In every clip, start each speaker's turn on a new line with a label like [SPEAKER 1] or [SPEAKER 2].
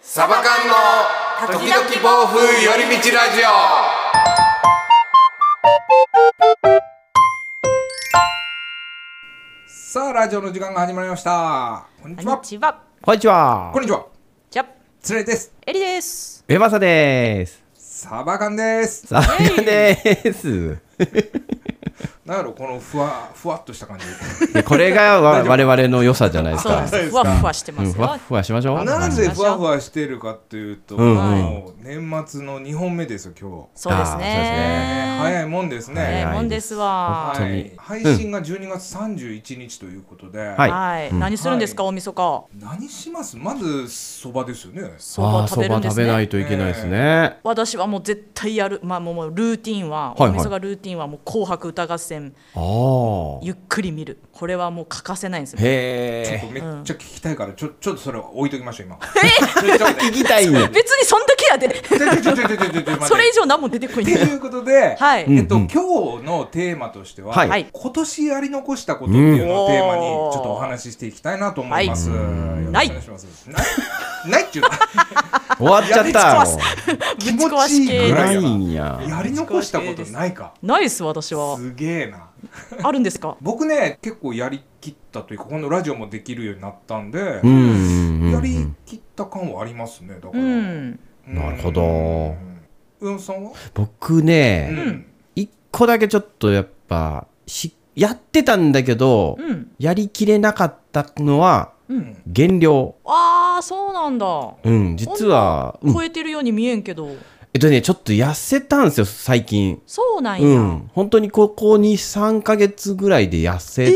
[SPEAKER 1] サバ缶の時々暴風寄り道ラジオさあラジオの時間が始まりましたこんにち
[SPEAKER 2] こんに
[SPEAKER 1] は
[SPEAKER 2] ちは。
[SPEAKER 3] こんにちは
[SPEAKER 1] こん。にちは
[SPEAKER 2] じゃ、
[SPEAKER 1] つれです
[SPEAKER 2] エリです。
[SPEAKER 3] 上政です。
[SPEAKER 1] サバ缶です
[SPEAKER 3] さあ、やです。
[SPEAKER 1] なんやろこのふわふわっとした感じ
[SPEAKER 3] でこ れがわ我々の良さじゃないです
[SPEAKER 2] そう
[SPEAKER 3] か
[SPEAKER 2] で。す。ふわっふわしてま
[SPEAKER 3] うん
[SPEAKER 2] す
[SPEAKER 3] ふわ
[SPEAKER 2] よ
[SPEAKER 3] っ。ふわしましょう。
[SPEAKER 1] な
[SPEAKER 3] はい
[SPEAKER 1] ぜふわふわしてるかっていうと、
[SPEAKER 3] うんうん
[SPEAKER 1] もう年末の2本目ですよ今日、
[SPEAKER 2] そうです
[SPEAKER 1] ね
[SPEAKER 2] ね。
[SPEAKER 1] 早いもんですね、
[SPEAKER 2] ええ
[SPEAKER 3] 早い
[SPEAKER 2] もんですわ。
[SPEAKER 1] は
[SPEAKER 3] 本当
[SPEAKER 1] い
[SPEAKER 3] に、
[SPEAKER 1] 配信が12月31日ということで、
[SPEAKER 3] はい
[SPEAKER 2] はい。何するんですか、
[SPEAKER 1] は
[SPEAKER 2] 大晦日。
[SPEAKER 1] 何しますまずそばですよね
[SPEAKER 2] そ
[SPEAKER 3] あ
[SPEAKER 2] ば
[SPEAKER 3] あ、
[SPEAKER 2] 食
[SPEAKER 3] そ
[SPEAKER 2] べるん
[SPEAKER 3] ば
[SPEAKER 2] で
[SPEAKER 3] 食
[SPEAKER 2] す
[SPEAKER 3] べない
[SPEAKER 2] ね。
[SPEAKER 3] といけないですね。
[SPEAKER 2] 私はもう絶対やる、まあもうもうルーティンは、
[SPEAKER 3] はい
[SPEAKER 2] 大
[SPEAKER 3] はい
[SPEAKER 2] 晦日ルーティンはもう紅白歌合戦
[SPEAKER 3] ああ。
[SPEAKER 2] ゆっくり見る。これはもう欠かせないんですよ。
[SPEAKER 3] へえ。
[SPEAKER 1] めっちゃ聞きたいからちょちょっとそれは置いときましょう今ちょっと
[SPEAKER 3] 聞きたいん や。
[SPEAKER 2] 別にそんだけやで。
[SPEAKER 1] ちょちょちょちょちょちょちょちょ待って
[SPEAKER 2] それ以上何も出てこい
[SPEAKER 1] と
[SPEAKER 2] ね。
[SPEAKER 1] いうことで、
[SPEAKER 2] はい
[SPEAKER 1] えっと
[SPEAKER 3] うんうん
[SPEAKER 1] 今日のテーマとしては、
[SPEAKER 3] はい
[SPEAKER 2] はい
[SPEAKER 1] 今年やり残したことっていうのをテーマにち
[SPEAKER 2] うん
[SPEAKER 1] ょっとお話ししていきたいなと思います。
[SPEAKER 2] はい
[SPEAKER 1] よろしくお願しますないないっていうの
[SPEAKER 3] 終わっちゃったよ。
[SPEAKER 2] ぶち壊し
[SPEAKER 1] 気持ちい
[SPEAKER 2] 系
[SPEAKER 1] いぐ
[SPEAKER 2] で
[SPEAKER 1] ら
[SPEAKER 2] す。
[SPEAKER 3] ないんや。
[SPEAKER 1] やり残したことな いか。
[SPEAKER 2] ないです、私は。
[SPEAKER 1] すげえな。
[SPEAKER 2] あるんですか
[SPEAKER 1] 僕ね結構やりきったというかこのラジオもできるようになったんで、
[SPEAKER 3] うんうんうんう
[SPEAKER 1] やり
[SPEAKER 3] ん。
[SPEAKER 1] きった感はありますねだから、
[SPEAKER 2] うん。
[SPEAKER 1] うん
[SPEAKER 3] なるほど
[SPEAKER 1] うんうんさんは、
[SPEAKER 3] 僕ね、
[SPEAKER 1] ん、
[SPEAKER 3] 一個だけちょっとやっぱ、し、やってたんだけど、
[SPEAKER 2] うん。
[SPEAKER 3] やりきれなかったのは、
[SPEAKER 2] うん。
[SPEAKER 3] 減量。
[SPEAKER 2] ああ、そうなんだ。
[SPEAKER 3] うん、実は、うん
[SPEAKER 2] 超えてるように見えんけど、
[SPEAKER 3] えっとね、ちょっと痩せたんですよ、最近。
[SPEAKER 2] そうなんや、
[SPEAKER 3] うん、本当にここに3ヶ月ぐらいで痩せ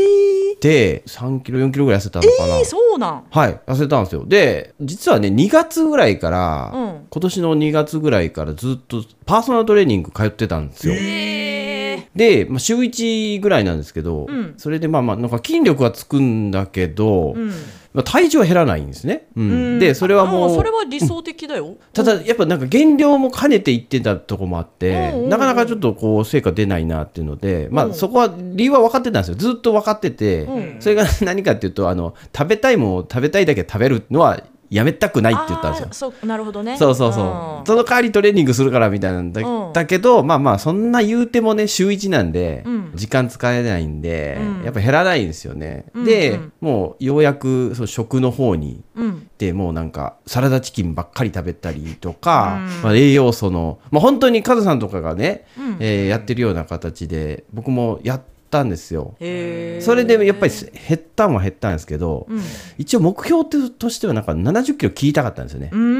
[SPEAKER 3] て、3キロ4キロぐらい痩せたのかな、
[SPEAKER 2] えーそうなん
[SPEAKER 3] はい痩せたんですよで実はね2月ぐらいから、
[SPEAKER 2] うん
[SPEAKER 3] 今年の2月ぐらいからずっとパーソナルトレーニング通ってたんですよ、
[SPEAKER 2] えー、
[SPEAKER 3] で、まあ、週1ぐらいなんですけど、
[SPEAKER 2] うん
[SPEAKER 3] それでまあまあなんか筋力はつくんだけど、
[SPEAKER 2] うん
[SPEAKER 3] まあ、体重は減らないんですね、うん
[SPEAKER 2] うん
[SPEAKER 3] でそれはも
[SPEAKER 2] あ
[SPEAKER 3] う
[SPEAKER 2] それは理想的だ よ、
[SPEAKER 3] ただやっぱなんか減量も兼ねていってたとこもあって、
[SPEAKER 2] うんうんうん
[SPEAKER 3] なかなかちょっとこう成果出ないなっていうので、ま
[SPEAKER 2] うん
[SPEAKER 3] あそこは理由は分かってたんですよずっと分かってて、
[SPEAKER 2] うん
[SPEAKER 3] それが 何かっていうとあの食べたいもんを食べたいだけ食べるのはやめたくないって言ったんですよ
[SPEAKER 2] あー。そうなるほどね
[SPEAKER 3] そうそうそう、その代わりトレーニングするからみたいなんだ,、
[SPEAKER 2] うん
[SPEAKER 3] だけどまあまあそんな言うてもね週1なんで、
[SPEAKER 2] うん
[SPEAKER 3] 時間使えないんで、
[SPEAKER 2] うん
[SPEAKER 3] やっぱ減らないんですよね、
[SPEAKER 2] うんう
[SPEAKER 3] で
[SPEAKER 2] ん
[SPEAKER 3] もうようやくその食の方に
[SPEAKER 2] うん、うん
[SPEAKER 3] でもうなんかサラダチキンばっかり食べたりとか、
[SPEAKER 2] うん
[SPEAKER 3] まあ、栄養素の、まあ、本当にカズさんとかがね、
[SPEAKER 2] うん
[SPEAKER 3] えーやってるような形で僕もやったんですよ。
[SPEAKER 2] へー
[SPEAKER 3] それでやっぱり減ったんは減ったんですけど、
[SPEAKER 2] うんう
[SPEAKER 3] 一応目標としてはなんか70キロ切りたかったんですよね。
[SPEAKER 2] ーん、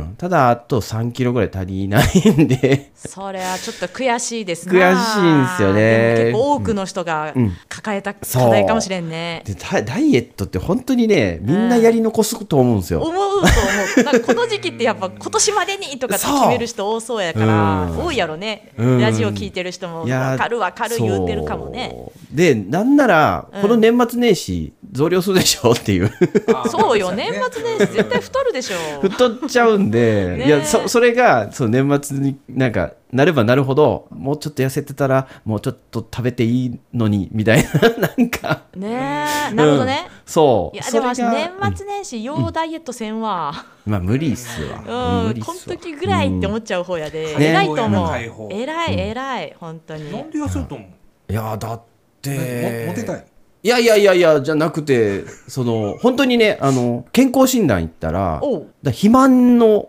[SPEAKER 3] うんただあと3キロぐらい足りないんで
[SPEAKER 2] それはちょっと悔しいですな
[SPEAKER 3] 悔しいんすよね
[SPEAKER 2] でも結構多くの人が
[SPEAKER 3] うん
[SPEAKER 2] 抱えた課
[SPEAKER 3] そう
[SPEAKER 2] 題かもしれんね、
[SPEAKER 3] でダダイエットって本当にねみんなやり残すと思うんですよ。
[SPEAKER 2] 思うと思うなんかこの時期ってやっぱ今年までにとかって決める人多そうやから、
[SPEAKER 3] そううん
[SPEAKER 2] 多いやろね、
[SPEAKER 3] うん
[SPEAKER 2] ラジオ聞いてる人も
[SPEAKER 3] いやー
[SPEAKER 2] 分かる分かる言うてるかもね
[SPEAKER 3] そうでなんなら
[SPEAKER 2] うん
[SPEAKER 3] この年末年始増量するでしょっていう
[SPEAKER 1] あー
[SPEAKER 2] そうよ年末年始絶対
[SPEAKER 1] うん
[SPEAKER 2] 太るでしょ
[SPEAKER 3] 太っちゃうんで、
[SPEAKER 2] ねえ
[SPEAKER 3] いやそそれがそう年末になんかなればなるほどもうちょっと痩せてたらもうちょっと食べていいのにみたいな なんか
[SPEAKER 2] ねえなるほどね
[SPEAKER 3] うん、そう
[SPEAKER 2] い
[SPEAKER 3] い
[SPEAKER 2] やでも私年
[SPEAKER 3] 末、
[SPEAKER 2] 末年始要ダイエットせんわ、
[SPEAKER 3] うんまあ無理っす
[SPEAKER 2] う
[SPEAKER 3] わ、
[SPEAKER 2] ん
[SPEAKER 3] 無理っ
[SPEAKER 2] この
[SPEAKER 3] すわ
[SPEAKER 2] 時ぐらいって思っちゃう方やで、
[SPEAKER 1] うんね
[SPEAKER 2] 偉いと思う
[SPEAKER 1] 解放や
[SPEAKER 2] 偉い偉い本当に、
[SPEAKER 1] なんで痩せようと思う、
[SPEAKER 3] いやだって
[SPEAKER 1] えモテたい
[SPEAKER 3] いやいやいやいやじゃなくてその本当にねあの健康診断行ったら
[SPEAKER 2] おう
[SPEAKER 3] だから肥満の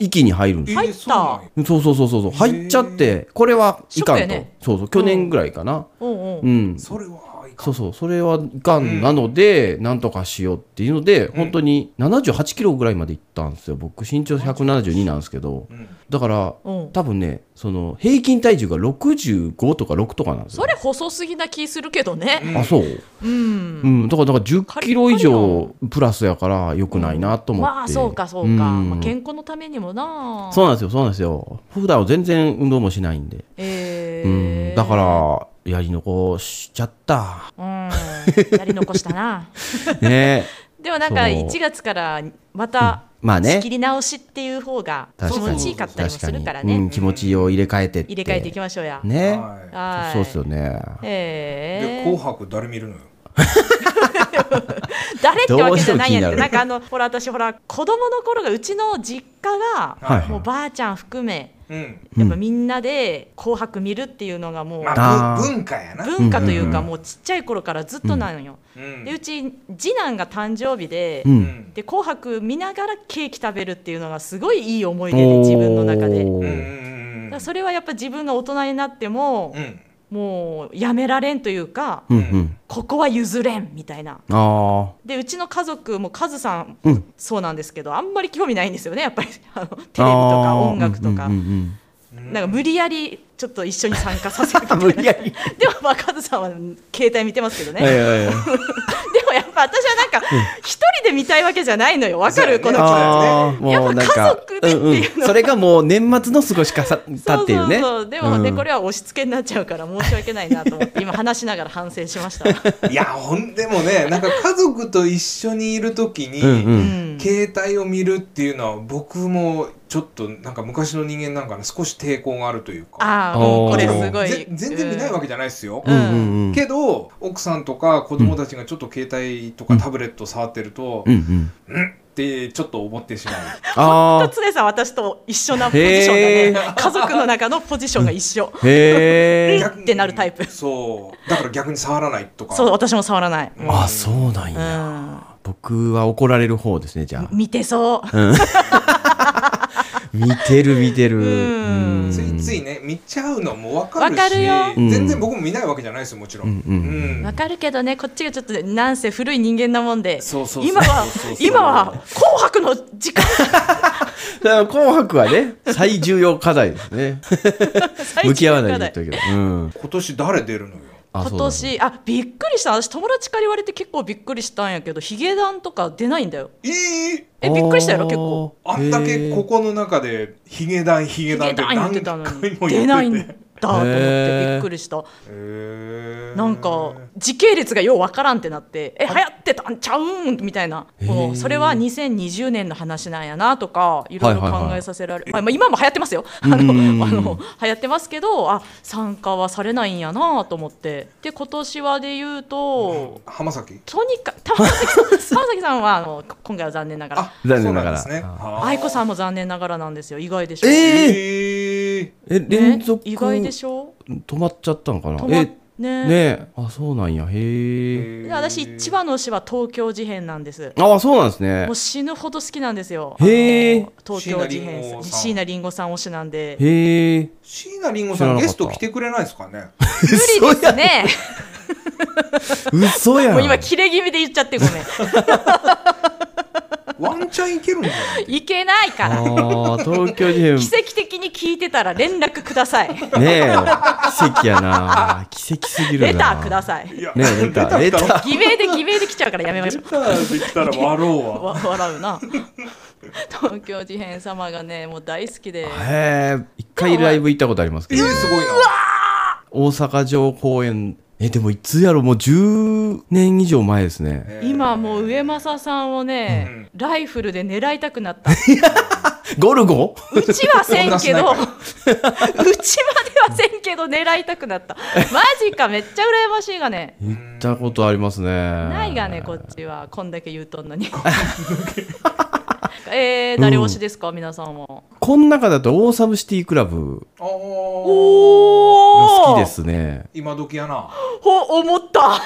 [SPEAKER 3] 域に入るんですよ、
[SPEAKER 2] 入った
[SPEAKER 1] えーそうなんや
[SPEAKER 3] そうそうそうそうそう入っちゃってこれはいかん
[SPEAKER 2] ショックや
[SPEAKER 3] と、
[SPEAKER 2] ね
[SPEAKER 3] そうそう去年ぐらいかな
[SPEAKER 2] おうおう
[SPEAKER 3] うん、
[SPEAKER 1] それはいか
[SPEAKER 3] そ
[SPEAKER 1] ん
[SPEAKER 3] うそうそれはいかんなので、なんとかしようっていうので本当に78キロぐらいまでいったんですよ僕身長172なんですけど
[SPEAKER 1] うん
[SPEAKER 3] だから
[SPEAKER 2] うん
[SPEAKER 3] 多分ねその平均体重が65とか6とかなんですよ
[SPEAKER 2] それ細すぎな気するけどね
[SPEAKER 3] あそう、
[SPEAKER 2] うん
[SPEAKER 3] うん、だからだから10キロ
[SPEAKER 2] カ
[SPEAKER 3] 以
[SPEAKER 2] リカリ
[SPEAKER 3] 上プラスやからよくないなと思って、
[SPEAKER 2] まあそうかそうか、
[SPEAKER 3] ん
[SPEAKER 2] まあ、健康のためにもな
[SPEAKER 3] そうなんですよ、そうなんですよ。普段は全然運動もしないんで。
[SPEAKER 2] えー
[SPEAKER 3] うん、だから、やり残しちゃった。
[SPEAKER 2] うんやり残したな
[SPEAKER 3] ね
[SPEAKER 2] でもなんか
[SPEAKER 3] そう
[SPEAKER 2] 1月からまた
[SPEAKER 3] まあね
[SPEAKER 2] 仕切り直しっていう方が気
[SPEAKER 3] 確か
[SPEAKER 2] 持
[SPEAKER 3] に。
[SPEAKER 2] ちいいかったりもするから
[SPEAKER 3] 確にう
[SPEAKER 2] ね
[SPEAKER 3] ん、気持ちを入れ替えてって。
[SPEAKER 2] 入れ替えていきましょうや、
[SPEAKER 3] ね。
[SPEAKER 1] はい
[SPEAKER 2] はい
[SPEAKER 3] そうですよね。
[SPEAKER 2] え
[SPEAKER 1] で
[SPEAKER 2] ー
[SPEAKER 1] 紅白誰見るのよ
[SPEAKER 2] 誰ってわけじゃないやん
[SPEAKER 3] どうし
[SPEAKER 2] け
[SPEAKER 3] ても気になる
[SPEAKER 2] どなんかあのほら私ほら子供の頃がうちの実家が、
[SPEAKER 3] はい
[SPEAKER 2] もうばあちゃん含め
[SPEAKER 1] うん。
[SPEAKER 2] やっぱみんなで「紅白」見るっていうのがもう、
[SPEAKER 1] まあ、
[SPEAKER 3] あー
[SPEAKER 1] ぶ文化やな。
[SPEAKER 2] 文化という
[SPEAKER 3] う
[SPEAKER 2] か
[SPEAKER 3] んうんうん
[SPEAKER 2] もうちっちゃい頃からずっとなのよ、
[SPEAKER 1] うん
[SPEAKER 2] でうち次男が誕生日で、
[SPEAKER 3] う。
[SPEAKER 1] うんん。
[SPEAKER 2] で「紅白」見ながらケーキ食べるっていうのがすごいいい思い出で自分の中で。
[SPEAKER 3] お
[SPEAKER 1] うん
[SPEAKER 3] ー
[SPEAKER 1] うん
[SPEAKER 2] だからそれはやっぱ自分が大人になっても
[SPEAKER 1] う、ん。
[SPEAKER 2] もうやめられんというか、
[SPEAKER 3] うんうん。
[SPEAKER 2] ここは譲れんみたいな
[SPEAKER 3] あ
[SPEAKER 2] でうちの家族もカズさん
[SPEAKER 3] あ。うん。
[SPEAKER 2] そうなんですけどあんまり興味ないんですよねやっぱり あのテレビと
[SPEAKER 3] あ
[SPEAKER 2] か
[SPEAKER 3] ー
[SPEAKER 2] 音楽とか、
[SPEAKER 3] うんうん うん
[SPEAKER 1] うん
[SPEAKER 2] なんか無理やりちょっと一緒に参加させるみた
[SPEAKER 3] あ
[SPEAKER 2] いな
[SPEAKER 3] 無理やり。
[SPEAKER 2] でもまあカズさんは携帯見てますけどね、
[SPEAKER 3] はいはいはい。
[SPEAKER 2] でもやっぱ私はなんか一人で見たいわけじゃないのよわかる
[SPEAKER 1] そ
[SPEAKER 2] こ
[SPEAKER 1] う
[SPEAKER 2] の
[SPEAKER 1] やね
[SPEAKER 2] 気持ち
[SPEAKER 3] ああ、
[SPEAKER 2] やっ
[SPEAKER 3] も
[SPEAKER 2] ぱ
[SPEAKER 3] うなん
[SPEAKER 2] 家
[SPEAKER 3] か
[SPEAKER 2] 族でっていうの
[SPEAKER 3] んんそれがもう年末の過ごし方だっていう
[SPEAKER 2] そ
[SPEAKER 3] ね。
[SPEAKER 2] うそうそうでもね、
[SPEAKER 3] うん
[SPEAKER 2] これは押し付けになっちゃうから申し訳ないなと思って今話しながら反省しま した、
[SPEAKER 1] いや、ほんでも ね、なんか家族と一緒にいるときに、
[SPEAKER 3] うんう
[SPEAKER 2] うんん、
[SPEAKER 1] 携帯を見るっていうのは僕もちょっとなんか昔の人間なんかね少し抵抗があるというか
[SPEAKER 2] ああ
[SPEAKER 3] おー
[SPEAKER 2] これすごい
[SPEAKER 1] ぜ全然見ないわけじゃないですよ、
[SPEAKER 3] うんうんうん。
[SPEAKER 1] けど奥さんとか子供たちがちょっと携帯とかタブレット触ってると
[SPEAKER 3] う、んうん。
[SPEAKER 1] うん、ってちょっと思ってしま う
[SPEAKER 3] あ
[SPEAKER 2] 常さん私と一緒なポジションがね家族の中のポジションが一緒
[SPEAKER 3] あ。へえ。
[SPEAKER 1] 逆に
[SPEAKER 2] ってなるタイプ
[SPEAKER 1] そうだから逆に触らないとか
[SPEAKER 2] そう私も触らない、
[SPEAKER 3] あ、そうなん
[SPEAKER 2] う
[SPEAKER 3] や。
[SPEAKER 2] ん、
[SPEAKER 3] 僕は怒られる方ですね、じゃあ。
[SPEAKER 2] 見てそう
[SPEAKER 3] 見てる見てる。
[SPEAKER 2] うん
[SPEAKER 1] ついついね見ちゃうのも分かるし
[SPEAKER 2] わかるよ
[SPEAKER 3] うん
[SPEAKER 1] 全然僕も見ないわけじゃないですよもちろん、
[SPEAKER 3] うんうん
[SPEAKER 1] うん
[SPEAKER 2] わかるけどねこっちがちょっとなんせ古い人間なもんで
[SPEAKER 1] そうそうそう
[SPEAKER 2] 今は
[SPEAKER 1] そうそうそう
[SPEAKER 2] 今は「紅白」の時間
[SPEAKER 3] だから紅白はね、最重要課題ですね。
[SPEAKER 2] 最
[SPEAKER 3] 向き合わ
[SPEAKER 2] 中課
[SPEAKER 3] ない
[SPEAKER 2] 題
[SPEAKER 3] といけない。うん。
[SPEAKER 1] 今年誰出るのよ
[SPEAKER 3] あ
[SPEAKER 2] 今年あびっくりした私友達から言われて結構びっくりしたんやけどヒゲダンとか出ないんだよ
[SPEAKER 1] えー、
[SPEAKER 2] えびっくりしたやろ結構。
[SPEAKER 1] あんだけここの中でヒゲダンヒゲ
[SPEAKER 2] ヒ
[SPEAKER 1] ダン
[SPEAKER 2] ゲ
[SPEAKER 1] って
[SPEAKER 2] ダン言
[SPEAKER 1] 何
[SPEAKER 2] って
[SPEAKER 1] 回
[SPEAKER 2] た
[SPEAKER 1] も
[SPEAKER 2] の
[SPEAKER 1] 言って
[SPEAKER 2] に
[SPEAKER 1] て
[SPEAKER 2] 出ないんだと思っ
[SPEAKER 3] へ
[SPEAKER 2] て
[SPEAKER 3] ー
[SPEAKER 2] びっくりした
[SPEAKER 1] へー
[SPEAKER 2] なんか時系列がようわからんってなってえ流行ってたんちゃうんみたいな
[SPEAKER 3] へー
[SPEAKER 2] もうそれは2020年の話なんやなとかいろいろ
[SPEAKER 3] はい
[SPEAKER 2] 考
[SPEAKER 3] はいはい
[SPEAKER 2] えさせられる、まあまあ今も流行ってますよあのあ
[SPEAKER 3] うんうんうん
[SPEAKER 2] の流行ってますけどあ参加はされないんやなと思ってで今年はで言うと
[SPEAKER 1] 浜崎
[SPEAKER 2] とにかく玉崎 さん玉崎さんはあの今回は残念ながら
[SPEAKER 1] あ
[SPEAKER 3] 残念ながら
[SPEAKER 1] そうなんですね
[SPEAKER 3] あ
[SPEAKER 1] はあ
[SPEAKER 2] 愛子さんも残念ながらなんですよ意外でしょ
[SPEAKER 3] えー
[SPEAKER 1] え
[SPEAKER 3] え、
[SPEAKER 2] ね
[SPEAKER 3] 連続、
[SPEAKER 2] 意外でしょ
[SPEAKER 3] 止まっちゃったのかな
[SPEAKER 2] 止ま
[SPEAKER 3] え、
[SPEAKER 2] っ
[SPEAKER 3] ね
[SPEAKER 2] ね
[SPEAKER 3] え。あ、そうなんや。
[SPEAKER 1] ー
[SPEAKER 3] へえ。
[SPEAKER 1] え
[SPEAKER 2] で私千葉の市は東京事変なんです
[SPEAKER 3] あ、そうなんですね
[SPEAKER 2] もう。死ぬほど好きなんですよ
[SPEAKER 3] へー
[SPEAKER 2] あの東京事変
[SPEAKER 1] 椎
[SPEAKER 2] 椎
[SPEAKER 1] 名
[SPEAKER 2] 名林檎さん推しなんで無
[SPEAKER 3] へえ。
[SPEAKER 1] 椎名林檎
[SPEAKER 3] 知ら
[SPEAKER 1] さん
[SPEAKER 3] な
[SPEAKER 1] ゲ
[SPEAKER 3] かった
[SPEAKER 1] スト来てくれないですかね
[SPEAKER 2] 理ですね
[SPEAKER 3] 嘘やん。
[SPEAKER 2] もう今キレ気味で言っちゃってごめん
[SPEAKER 1] ワンチャンいけるんじゃない
[SPEAKER 2] いけないから
[SPEAKER 3] ああ、東京事変。
[SPEAKER 2] 奇跡的に聞いてたら連絡くだ さい
[SPEAKER 3] ねえ、奇跡やな。奇跡すぎるな。
[SPEAKER 2] レターください
[SPEAKER 1] いや
[SPEAKER 3] ねえレタ ー
[SPEAKER 1] レタ
[SPEAKER 3] レタ
[SPEAKER 1] ー
[SPEAKER 2] 偽名で偽名で来ちゃうからやめましょ
[SPEAKER 1] レターできたら笑ろう
[SPEAKER 2] う
[SPEAKER 1] わ
[SPEAKER 2] わ笑うな東京事変様がねもう大好きで
[SPEAKER 3] へえ、一回ライブ行ったことあります
[SPEAKER 1] え
[SPEAKER 3] け
[SPEAKER 1] ー、
[SPEAKER 3] ど、
[SPEAKER 1] すごいな
[SPEAKER 3] 大阪城公園、え、でもいつやろ、もう10年以上前ですね。
[SPEAKER 1] えー
[SPEAKER 2] 今もう上政さんをね、ライフルで狙いたくなった
[SPEAKER 3] ゴルゴ
[SPEAKER 2] うちはせんけど、 う
[SPEAKER 1] 女
[SPEAKER 2] ち
[SPEAKER 1] 子
[SPEAKER 2] まではせんけど狙いたくなった。マジか、めっちゃ羨ましいがね。
[SPEAKER 3] 行ったことありますね。
[SPEAKER 2] ないがね、こっちは。こんだけ言うとんのに。えー、誰推しですか、皆さんは。
[SPEAKER 3] この中だと、オーサムシティクラブ
[SPEAKER 1] あー
[SPEAKER 3] が
[SPEAKER 2] お
[SPEAKER 3] 好きで。すね。
[SPEAKER 1] 今時やな
[SPEAKER 2] ほ、思った。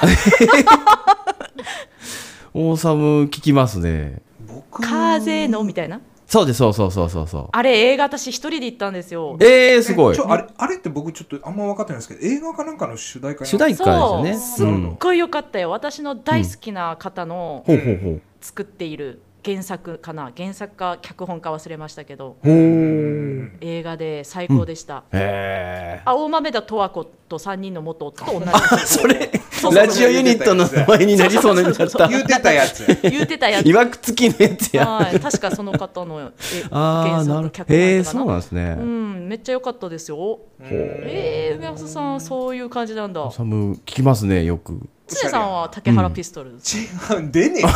[SPEAKER 3] オーサム聞きますね。
[SPEAKER 1] 僕
[SPEAKER 2] 風のみたいな。
[SPEAKER 3] そうです、そうそうそうそうそう。
[SPEAKER 2] あれ、映画私一人で行ったんですよ。
[SPEAKER 3] えー、すごい
[SPEAKER 1] ち。ょあれあれって僕ちょっとあんま分かってないですけど映画かなんかの主題歌や
[SPEAKER 3] 主題歌
[SPEAKER 2] そう、
[SPEAKER 3] です
[SPEAKER 2] す
[SPEAKER 3] よ
[SPEAKER 2] っ
[SPEAKER 3] ね。う。
[SPEAKER 1] うん
[SPEAKER 2] ごい良かったよ。私の大好きな方の
[SPEAKER 3] ほうほうほう。
[SPEAKER 2] 作っている原作かな。原作か脚本か忘れましたけど、
[SPEAKER 1] う
[SPEAKER 3] ほ
[SPEAKER 1] ん
[SPEAKER 2] 映画で最高でした。
[SPEAKER 3] へえ。
[SPEAKER 2] 青豆田十和子と三人の元夫と同じあ
[SPEAKER 3] それ
[SPEAKER 1] うそう
[SPEAKER 3] ラジオユニットの名前になりそうになっちゃっ
[SPEAKER 2] そうそうそう
[SPEAKER 3] た。
[SPEAKER 1] 言うてたやつ
[SPEAKER 2] 言うてたやつ
[SPEAKER 3] いわくつきのやつや。
[SPEAKER 2] はい確かその方のえ
[SPEAKER 3] あ
[SPEAKER 2] 原
[SPEAKER 3] あ、な
[SPEAKER 2] 作
[SPEAKER 3] るほど。
[SPEAKER 2] 脚本
[SPEAKER 3] へえ、
[SPEAKER 2] か
[SPEAKER 3] そうなんですね
[SPEAKER 2] う。んめっちゃ良かったですよ
[SPEAKER 1] うん
[SPEAKER 2] えー、梅本さんそういう感じなんだ
[SPEAKER 3] サム聞きますね、よく。
[SPEAKER 2] つねさんは竹原ピストル、
[SPEAKER 1] 違う 出ねえし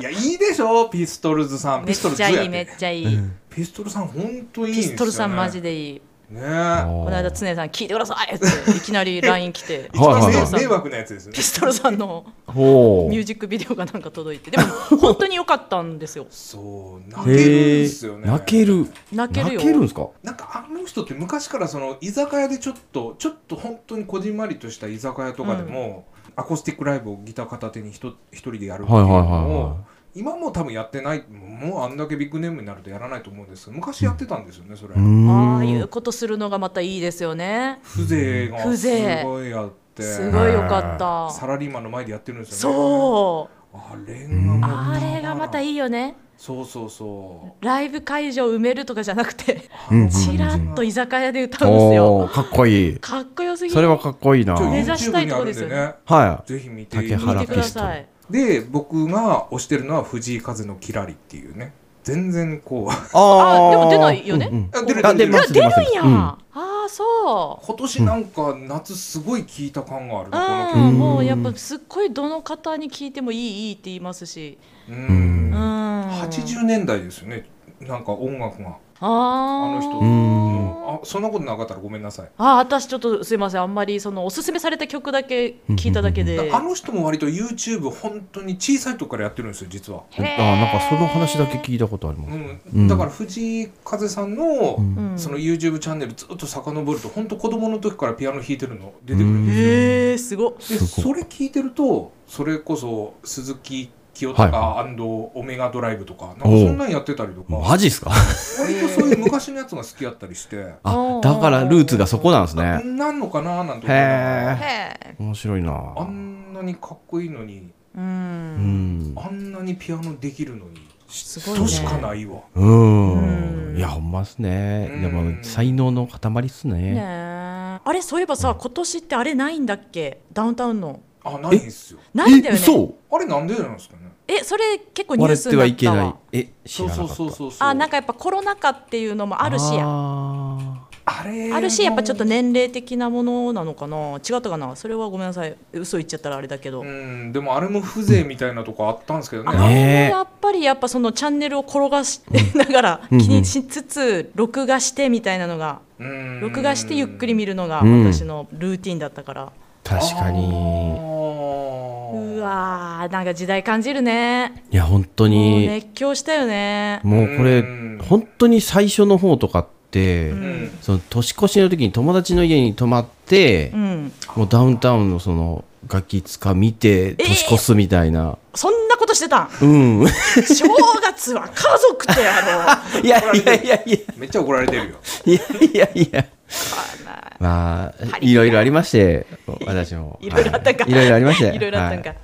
[SPEAKER 1] いやいいでしょピストルズさん
[SPEAKER 2] め
[SPEAKER 1] ピ
[SPEAKER 2] っ
[SPEAKER 1] ストルズ
[SPEAKER 2] ち
[SPEAKER 1] や
[SPEAKER 2] ゃ
[SPEAKER 1] て
[SPEAKER 2] いいめっちゃいい、
[SPEAKER 1] ピストルさんほんといいん
[SPEAKER 2] ピ
[SPEAKER 1] ですよ、
[SPEAKER 2] ス
[SPEAKER 1] ね、
[SPEAKER 2] トルさんマジでいい
[SPEAKER 1] ねえ
[SPEAKER 2] この間常さん聞いてくださいっていきなり LINE 来て
[SPEAKER 1] 一番
[SPEAKER 3] はい
[SPEAKER 1] 迷
[SPEAKER 3] はいはい
[SPEAKER 1] 迷惑なやつですよね
[SPEAKER 2] ピストルさんの
[SPEAKER 3] ほう
[SPEAKER 2] ミュージックビデオがなんか届いてでも本当に良かったんですよ
[SPEAKER 1] そう泣けるんですよね
[SPEAKER 3] へー泣ける
[SPEAKER 2] 泣けるよ
[SPEAKER 3] んですか
[SPEAKER 1] なんかあの人って昔からその居酒屋でちょっとちょっと本当にこじんまりとした居酒屋とかでも、アコースティックライブをギター片手にひと一人でやるっていうのを、
[SPEAKER 3] はいはいはいは
[SPEAKER 1] 今もう多分やってないもうあんだけビッグネームになるとやらないと思うんですけど昔やってたんですよねそれ、
[SPEAKER 3] うーん
[SPEAKER 2] ああいうことするのがまたいいですよね
[SPEAKER 1] 風情が
[SPEAKER 2] 風
[SPEAKER 1] すごいあって
[SPEAKER 2] すごい良かった
[SPEAKER 1] サラリーマンの前でやってるんですよね
[SPEAKER 2] そう
[SPEAKER 1] あれがもう
[SPEAKER 2] あれがまたいいよね
[SPEAKER 1] そうそうそ
[SPEAKER 2] ライブ会場埋めるとかじゃなくて
[SPEAKER 1] う、
[SPEAKER 3] うんうんうん
[SPEAKER 2] ちらっと居酒屋で歌うんですよ
[SPEAKER 3] おーかっこいい
[SPEAKER 2] かっこよすぎ
[SPEAKER 3] それはかっこいいな
[SPEAKER 1] ちょ
[SPEAKER 2] 目
[SPEAKER 3] は
[SPEAKER 2] 指したいとこ
[SPEAKER 1] YouTube
[SPEAKER 2] ですよ
[SPEAKER 1] に
[SPEAKER 2] ね
[SPEAKER 1] あるんでねぜ
[SPEAKER 3] い
[SPEAKER 1] ひ見て
[SPEAKER 3] 竹
[SPEAKER 2] 見
[SPEAKER 3] 原
[SPEAKER 2] てくださ
[SPEAKER 3] 原
[SPEAKER 2] い
[SPEAKER 1] で僕が推してるのは藤井風の「キラリ」っていうね全然こう
[SPEAKER 2] あ
[SPEAKER 3] ー
[SPEAKER 2] でも出ないよね
[SPEAKER 3] うんうん
[SPEAKER 1] あ出る
[SPEAKER 3] あ
[SPEAKER 1] 出る
[SPEAKER 3] 出
[SPEAKER 2] あ
[SPEAKER 3] ます
[SPEAKER 2] 出るんや、
[SPEAKER 3] 出ますうん
[SPEAKER 2] ああそ
[SPEAKER 1] 今年なんか夏すごい聴いた感があるな
[SPEAKER 2] うう
[SPEAKER 1] この
[SPEAKER 2] ん、
[SPEAKER 1] 曲
[SPEAKER 3] うん
[SPEAKER 2] もうやっぱすっごいどの方に聞いてもいいいいって言いますし
[SPEAKER 1] う
[SPEAKER 2] うんん
[SPEAKER 1] 80年代ですよねなんか音楽が
[SPEAKER 2] あ
[SPEAKER 1] あ
[SPEAKER 2] あ
[SPEAKER 1] の人
[SPEAKER 3] うん
[SPEAKER 1] あそんなことなかったらごめんなさい
[SPEAKER 2] あ私ちょっとすいませんあんまりそのおすすめされた曲だけ聞いただけで、
[SPEAKER 1] だあの人も割と YouTube 本当に小さい時からやってるんですよ実は、
[SPEAKER 3] あーなんかその話だけ聞いたことありま
[SPEAKER 1] う
[SPEAKER 3] す
[SPEAKER 1] ん
[SPEAKER 3] うん
[SPEAKER 1] だから藤井風さんの、
[SPEAKER 3] うん
[SPEAKER 2] うん
[SPEAKER 1] その YouTube チャンネルずっと遡ると本当子供の時からピアノ弾いてるの出てくるんですよ
[SPEAKER 2] へえすごっ
[SPEAKER 1] です
[SPEAKER 3] ご
[SPEAKER 1] それ聞いてるとそれこそ鈴木清隆
[SPEAKER 3] は
[SPEAKER 1] オメガドライブとかなんかそ
[SPEAKER 3] おうん
[SPEAKER 1] なんやってたりとか
[SPEAKER 3] マジっすか
[SPEAKER 1] 割とそういう昔のやつが好きやったりして
[SPEAKER 3] あ だからルーツがそこなんですね
[SPEAKER 1] なんのかななんて思いながら
[SPEAKER 3] へえ
[SPEAKER 2] へえ
[SPEAKER 3] 面白いな
[SPEAKER 1] あんなにかっこいいのに
[SPEAKER 2] う
[SPEAKER 3] うんん
[SPEAKER 1] あんなにピアノできるのに
[SPEAKER 2] すごいね
[SPEAKER 1] としかないわ
[SPEAKER 3] う
[SPEAKER 2] う
[SPEAKER 3] ん
[SPEAKER 2] ん
[SPEAKER 3] いやほんまっすね
[SPEAKER 1] うん
[SPEAKER 3] でも才能の塊っす
[SPEAKER 2] ね
[SPEAKER 3] ね
[SPEAKER 2] えあれそういえばさ今年ってあれないんだっけダウンタウンの
[SPEAKER 1] あないんですよ
[SPEAKER 2] ないんだよね
[SPEAKER 3] 嘘
[SPEAKER 1] あれなんでなんですかね
[SPEAKER 2] えそれ結構ニュー
[SPEAKER 3] 笑っ
[SPEAKER 2] ス
[SPEAKER 3] て
[SPEAKER 2] にな
[SPEAKER 3] は
[SPEAKER 2] っ
[SPEAKER 3] いけ
[SPEAKER 2] た
[SPEAKER 3] ない
[SPEAKER 2] わ
[SPEAKER 3] え
[SPEAKER 1] そ
[SPEAKER 3] 知ら
[SPEAKER 1] う
[SPEAKER 3] なか
[SPEAKER 1] そ
[SPEAKER 3] っ
[SPEAKER 1] う
[SPEAKER 3] た
[SPEAKER 1] そうそうそう
[SPEAKER 2] あなんかやっぱコロナ禍っていうのもあるしや
[SPEAKER 3] あ
[SPEAKER 1] あれ
[SPEAKER 2] あるしやっぱちょっと
[SPEAKER 1] ね
[SPEAKER 2] 年齢的なものなのかな違ったかなそれはごめんなさい嘘言っちゃったらあれだけど、
[SPEAKER 1] うんでもあれも風情みたいなとこあったんですけどね
[SPEAKER 2] あれも
[SPEAKER 3] ねえ
[SPEAKER 2] やっぱりやっぱそのチャンネルを転がしながら気
[SPEAKER 3] うんうん
[SPEAKER 2] にしつつ録画してみたいなのが
[SPEAKER 1] うん
[SPEAKER 2] 録画してゆっくり見るのが
[SPEAKER 3] うん
[SPEAKER 2] 私のルーティンだったから
[SPEAKER 3] ー確かに
[SPEAKER 1] に
[SPEAKER 2] うわーなんか時代感じるね
[SPEAKER 3] いや本当
[SPEAKER 2] もう
[SPEAKER 3] に
[SPEAKER 2] 熱狂したよね
[SPEAKER 3] もうこれ
[SPEAKER 1] うん
[SPEAKER 3] 本当に最初の方とかって
[SPEAKER 2] うん
[SPEAKER 3] その年越しの時に友達の家に泊まって
[SPEAKER 2] うん
[SPEAKER 3] もうダウンタウンのそのガキ使見て年越すみたいな
[SPEAKER 2] そんなことしてたん
[SPEAKER 3] うんい
[SPEAKER 2] 正月は家族とやろう
[SPEAKER 3] やいやいやいや
[SPEAKER 1] めっちゃ怒られてるよ。
[SPEAKER 3] いやいやいや。まあ、いろいろありまして、私も。
[SPEAKER 2] いろいろあったんか
[SPEAKER 3] はいいろいろありまして。
[SPEAKER 2] いろいろあったんか
[SPEAKER 3] はい。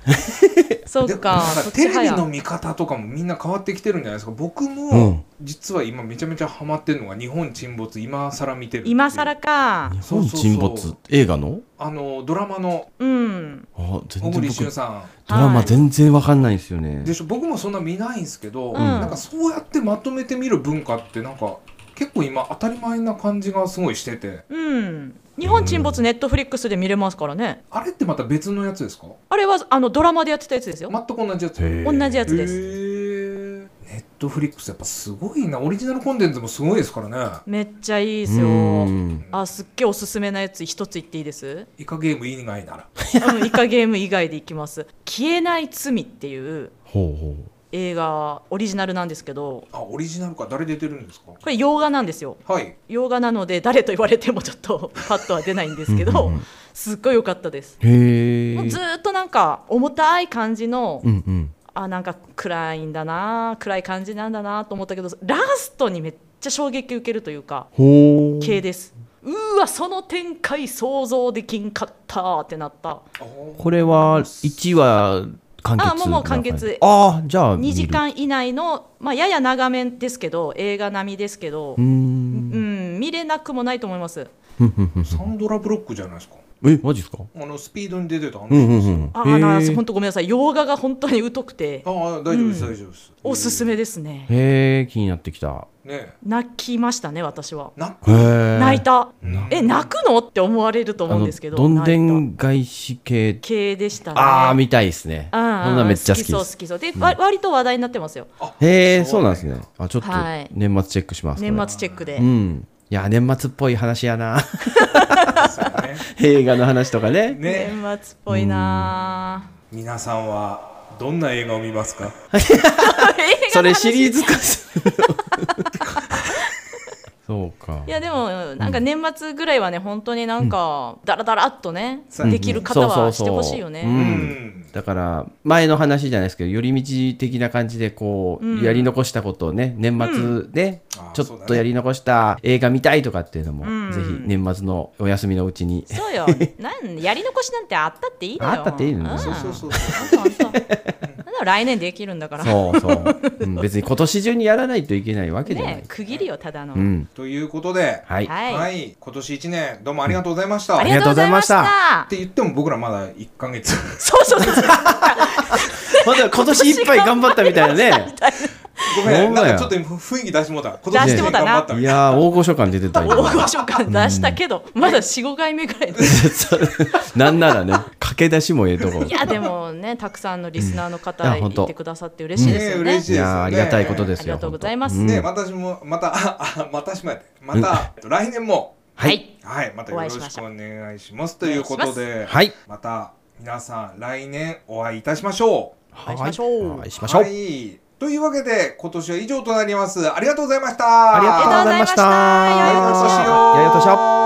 [SPEAKER 2] そう
[SPEAKER 1] で
[SPEAKER 2] か
[SPEAKER 1] なん。
[SPEAKER 2] そっち
[SPEAKER 1] テレビ
[SPEAKER 2] 早
[SPEAKER 1] の見方とかもみんな変わってきてるんじゃないですか。僕
[SPEAKER 3] う
[SPEAKER 1] も
[SPEAKER 3] ん
[SPEAKER 1] 実は今めちゃめちゃハマってるのが日本沈没今更見てる。
[SPEAKER 2] 今更。か。
[SPEAKER 3] 日本沈
[SPEAKER 1] そうそう
[SPEAKER 3] 没
[SPEAKER 1] そ、
[SPEAKER 3] 映画の
[SPEAKER 1] あのドラマの
[SPEAKER 2] うん。
[SPEAKER 3] あ、全
[SPEAKER 1] 小
[SPEAKER 3] 然
[SPEAKER 1] 栗
[SPEAKER 3] 僕、
[SPEAKER 1] 旬
[SPEAKER 3] ド
[SPEAKER 1] さ
[SPEAKER 3] ラマ
[SPEAKER 2] はい
[SPEAKER 3] 全然わかんないんですよね
[SPEAKER 1] んで。しょ。僕もそんな見ないんですけど、
[SPEAKER 2] ん
[SPEAKER 1] なんかそうやってまとめて見る文化ってなんか結構今当たり前な感じがすごいしてて、
[SPEAKER 2] うん。日本沈没ネットフリックスで見れますからね。
[SPEAKER 1] あれってまた別のやつですか？
[SPEAKER 2] あれはあのドラマでやってたやつですよ。
[SPEAKER 1] 全く同じやつ。
[SPEAKER 3] へ
[SPEAKER 1] へ
[SPEAKER 3] え
[SPEAKER 2] 同じやつです。
[SPEAKER 1] ーネットフリックスやっぱすごいな。オリジナルコンテンツもすごいですからね。
[SPEAKER 2] めっちゃいいです
[SPEAKER 3] う
[SPEAKER 2] よ。
[SPEAKER 3] ん
[SPEAKER 2] あ、すっげえおすすめなやつ一つ言っていいです。
[SPEAKER 1] イカゲーム以外なら。
[SPEAKER 2] うんイカゲーム以外でいきます。消えない罪っていう
[SPEAKER 3] ほうほう。
[SPEAKER 2] 映画オリジナルなんですけど、
[SPEAKER 1] あ、オリジナルか。誰出てるんですか
[SPEAKER 2] これ洋画なんですよ。
[SPEAKER 1] はい。
[SPEAKER 2] 洋画なので誰と言われてもちょっ とパッとは出ないんですけど
[SPEAKER 3] うんうんうん、
[SPEAKER 2] すっごい良かったです。
[SPEAKER 3] へ
[SPEAKER 2] もう
[SPEAKER 3] え
[SPEAKER 2] ず。ーっとなんか重たい感じの、
[SPEAKER 3] うんうん。
[SPEAKER 2] あなんか暗いんだな暗い感じなんだなと思ったけどラストにめっちゃ衝撃受けるというか
[SPEAKER 3] ほう。
[SPEAKER 2] 系ですうーわその展開想像できんかったってなった
[SPEAKER 3] これは、1話完結。
[SPEAKER 2] あもうもう完結
[SPEAKER 3] ああ、じゃあ、
[SPEAKER 2] 2時
[SPEAKER 3] 見る。
[SPEAKER 2] 間以内の、まあ、やや長めですけど映画並みですけど
[SPEAKER 3] う
[SPEAKER 2] う
[SPEAKER 3] ー。
[SPEAKER 2] んん見れなくもないと思います
[SPEAKER 3] ふんふんふん
[SPEAKER 1] サンドラブロックじゃないですか。
[SPEAKER 3] え、マジですか
[SPEAKER 1] あの、スピードに出てたあの
[SPEAKER 3] うんうん
[SPEAKER 1] 人
[SPEAKER 3] うん。
[SPEAKER 2] ああな
[SPEAKER 3] へえ
[SPEAKER 2] 本当ごめんなさい洋画が本当に疎くて
[SPEAKER 1] ああ、大丈夫です、大丈夫です。
[SPEAKER 2] おすすめですね
[SPEAKER 3] へえ、気になってきた。
[SPEAKER 1] ねえ。
[SPEAKER 2] 泣きましたね私は
[SPEAKER 1] な
[SPEAKER 3] へえ。
[SPEAKER 2] 泣いた
[SPEAKER 1] うん
[SPEAKER 2] え泣くのって思われると
[SPEAKER 3] あ
[SPEAKER 2] 思うん
[SPEAKER 3] の
[SPEAKER 2] ですけど
[SPEAKER 3] どんで
[SPEAKER 2] 泣いた
[SPEAKER 3] ん返し系
[SPEAKER 2] 系でしたね
[SPEAKER 3] ああ見たいですねそん
[SPEAKER 2] ああ
[SPEAKER 3] なめっちゃ好き
[SPEAKER 2] そう
[SPEAKER 3] で
[SPEAKER 2] 好
[SPEAKER 3] す
[SPEAKER 2] きそうで、わ割と話題になってますよ
[SPEAKER 3] へえ
[SPEAKER 1] そ
[SPEAKER 3] そうう
[SPEAKER 1] な
[SPEAKER 3] なんん
[SPEAKER 1] や
[SPEAKER 3] ですねあちょっと
[SPEAKER 2] はい
[SPEAKER 3] 年末チェックします
[SPEAKER 2] 年末チェックで、
[SPEAKER 3] 末うんいや年末っぽい話やな
[SPEAKER 1] です
[SPEAKER 3] 映画の話とか
[SPEAKER 1] よ
[SPEAKER 3] ね
[SPEAKER 1] ねね
[SPEAKER 2] 年末っぽいな
[SPEAKER 1] 皆さんはどんな映画を見ますか
[SPEAKER 2] あ
[SPEAKER 3] それシリーズ化するそうか
[SPEAKER 2] いやでもなんか年末ぐらいはね本当になんかダラダラっとね、
[SPEAKER 1] うん
[SPEAKER 2] できる方
[SPEAKER 3] そうそう
[SPEAKER 2] は
[SPEAKER 3] そ
[SPEAKER 2] し
[SPEAKER 3] う
[SPEAKER 2] てほしいよね。
[SPEAKER 3] うん
[SPEAKER 1] うん
[SPEAKER 3] だから前の話じゃないですけど寄り道的な感じでこう、
[SPEAKER 2] うん
[SPEAKER 3] やり残したことをね年末ね、
[SPEAKER 1] あ
[SPEAKER 3] ちょ
[SPEAKER 1] そう
[SPEAKER 3] っ
[SPEAKER 1] だ
[SPEAKER 3] と
[SPEAKER 1] ね
[SPEAKER 3] やり残した映画見たいとかっていうのも、
[SPEAKER 2] うん
[SPEAKER 3] ぜひ年末のお休みのうちに
[SPEAKER 2] そうよなんやり残しなんてあったっていいのよ
[SPEAKER 3] あったっていいのよ
[SPEAKER 2] うん
[SPEAKER 1] そうそうそう
[SPEAKER 2] 本 当本当だから来年できるんだからね
[SPEAKER 3] そう そう、うん別に今年中にやらないといけないわけじゃない、
[SPEAKER 2] え区切りよただの、
[SPEAKER 3] うん
[SPEAKER 1] ということで、
[SPEAKER 3] はい、
[SPEAKER 2] はい
[SPEAKER 1] 今年1年どうもありがとうございました。
[SPEAKER 2] あ
[SPEAKER 1] っ
[SPEAKER 2] りがとうございまし
[SPEAKER 3] ありが
[SPEAKER 2] た
[SPEAKER 1] て言っても僕らまだ1ヶ 月
[SPEAKER 2] そうそうそう
[SPEAKER 3] まだ今年いっぱい頑張ったみたいなね
[SPEAKER 1] ごめ
[SPEAKER 3] ほ
[SPEAKER 1] ん
[SPEAKER 3] んま
[SPEAKER 1] な
[SPEAKER 3] や
[SPEAKER 1] んかちょっと今雰囲気出してもうた今年
[SPEAKER 3] 出しても
[SPEAKER 1] 一
[SPEAKER 2] た
[SPEAKER 1] 年
[SPEAKER 3] う
[SPEAKER 1] 頑
[SPEAKER 2] な
[SPEAKER 1] 張った
[SPEAKER 3] い
[SPEAKER 1] みたい
[SPEAKER 3] やー大御所感出てた
[SPEAKER 2] 大
[SPEAKER 3] 今
[SPEAKER 2] 御所感出したけど、まだ45回目ぐらいで
[SPEAKER 3] なんならね駆け出しもええとこ
[SPEAKER 2] いやでもねたくさんのリスナーの
[SPEAKER 3] うん
[SPEAKER 2] 方
[SPEAKER 3] いや本当
[SPEAKER 2] いてくださって嬉しいですよ
[SPEAKER 1] ねえ
[SPEAKER 2] ね、
[SPEAKER 1] 嬉し
[SPEAKER 3] いやーありがたいことで
[SPEAKER 2] あ
[SPEAKER 3] す
[SPEAKER 2] り
[SPEAKER 3] よ
[SPEAKER 2] がとうございます、
[SPEAKER 3] うん
[SPEAKER 1] ね、私もまたああまたしまいまた、えっと来年も
[SPEAKER 2] はい、
[SPEAKER 1] はいまたよろし
[SPEAKER 2] お会いしまし
[SPEAKER 1] く
[SPEAKER 2] ょ
[SPEAKER 1] お願いしますということで
[SPEAKER 3] はい
[SPEAKER 1] また皆さん来年お会いいたしましょう
[SPEAKER 3] は
[SPEAKER 2] お会いしましょう
[SPEAKER 3] お会いしましょう、
[SPEAKER 1] はいというわけで今年は以上となりますありがとうございました
[SPEAKER 3] ありがとうございました
[SPEAKER 2] ありがとうございました
[SPEAKER 1] 良いお年を
[SPEAKER 3] 良いお年を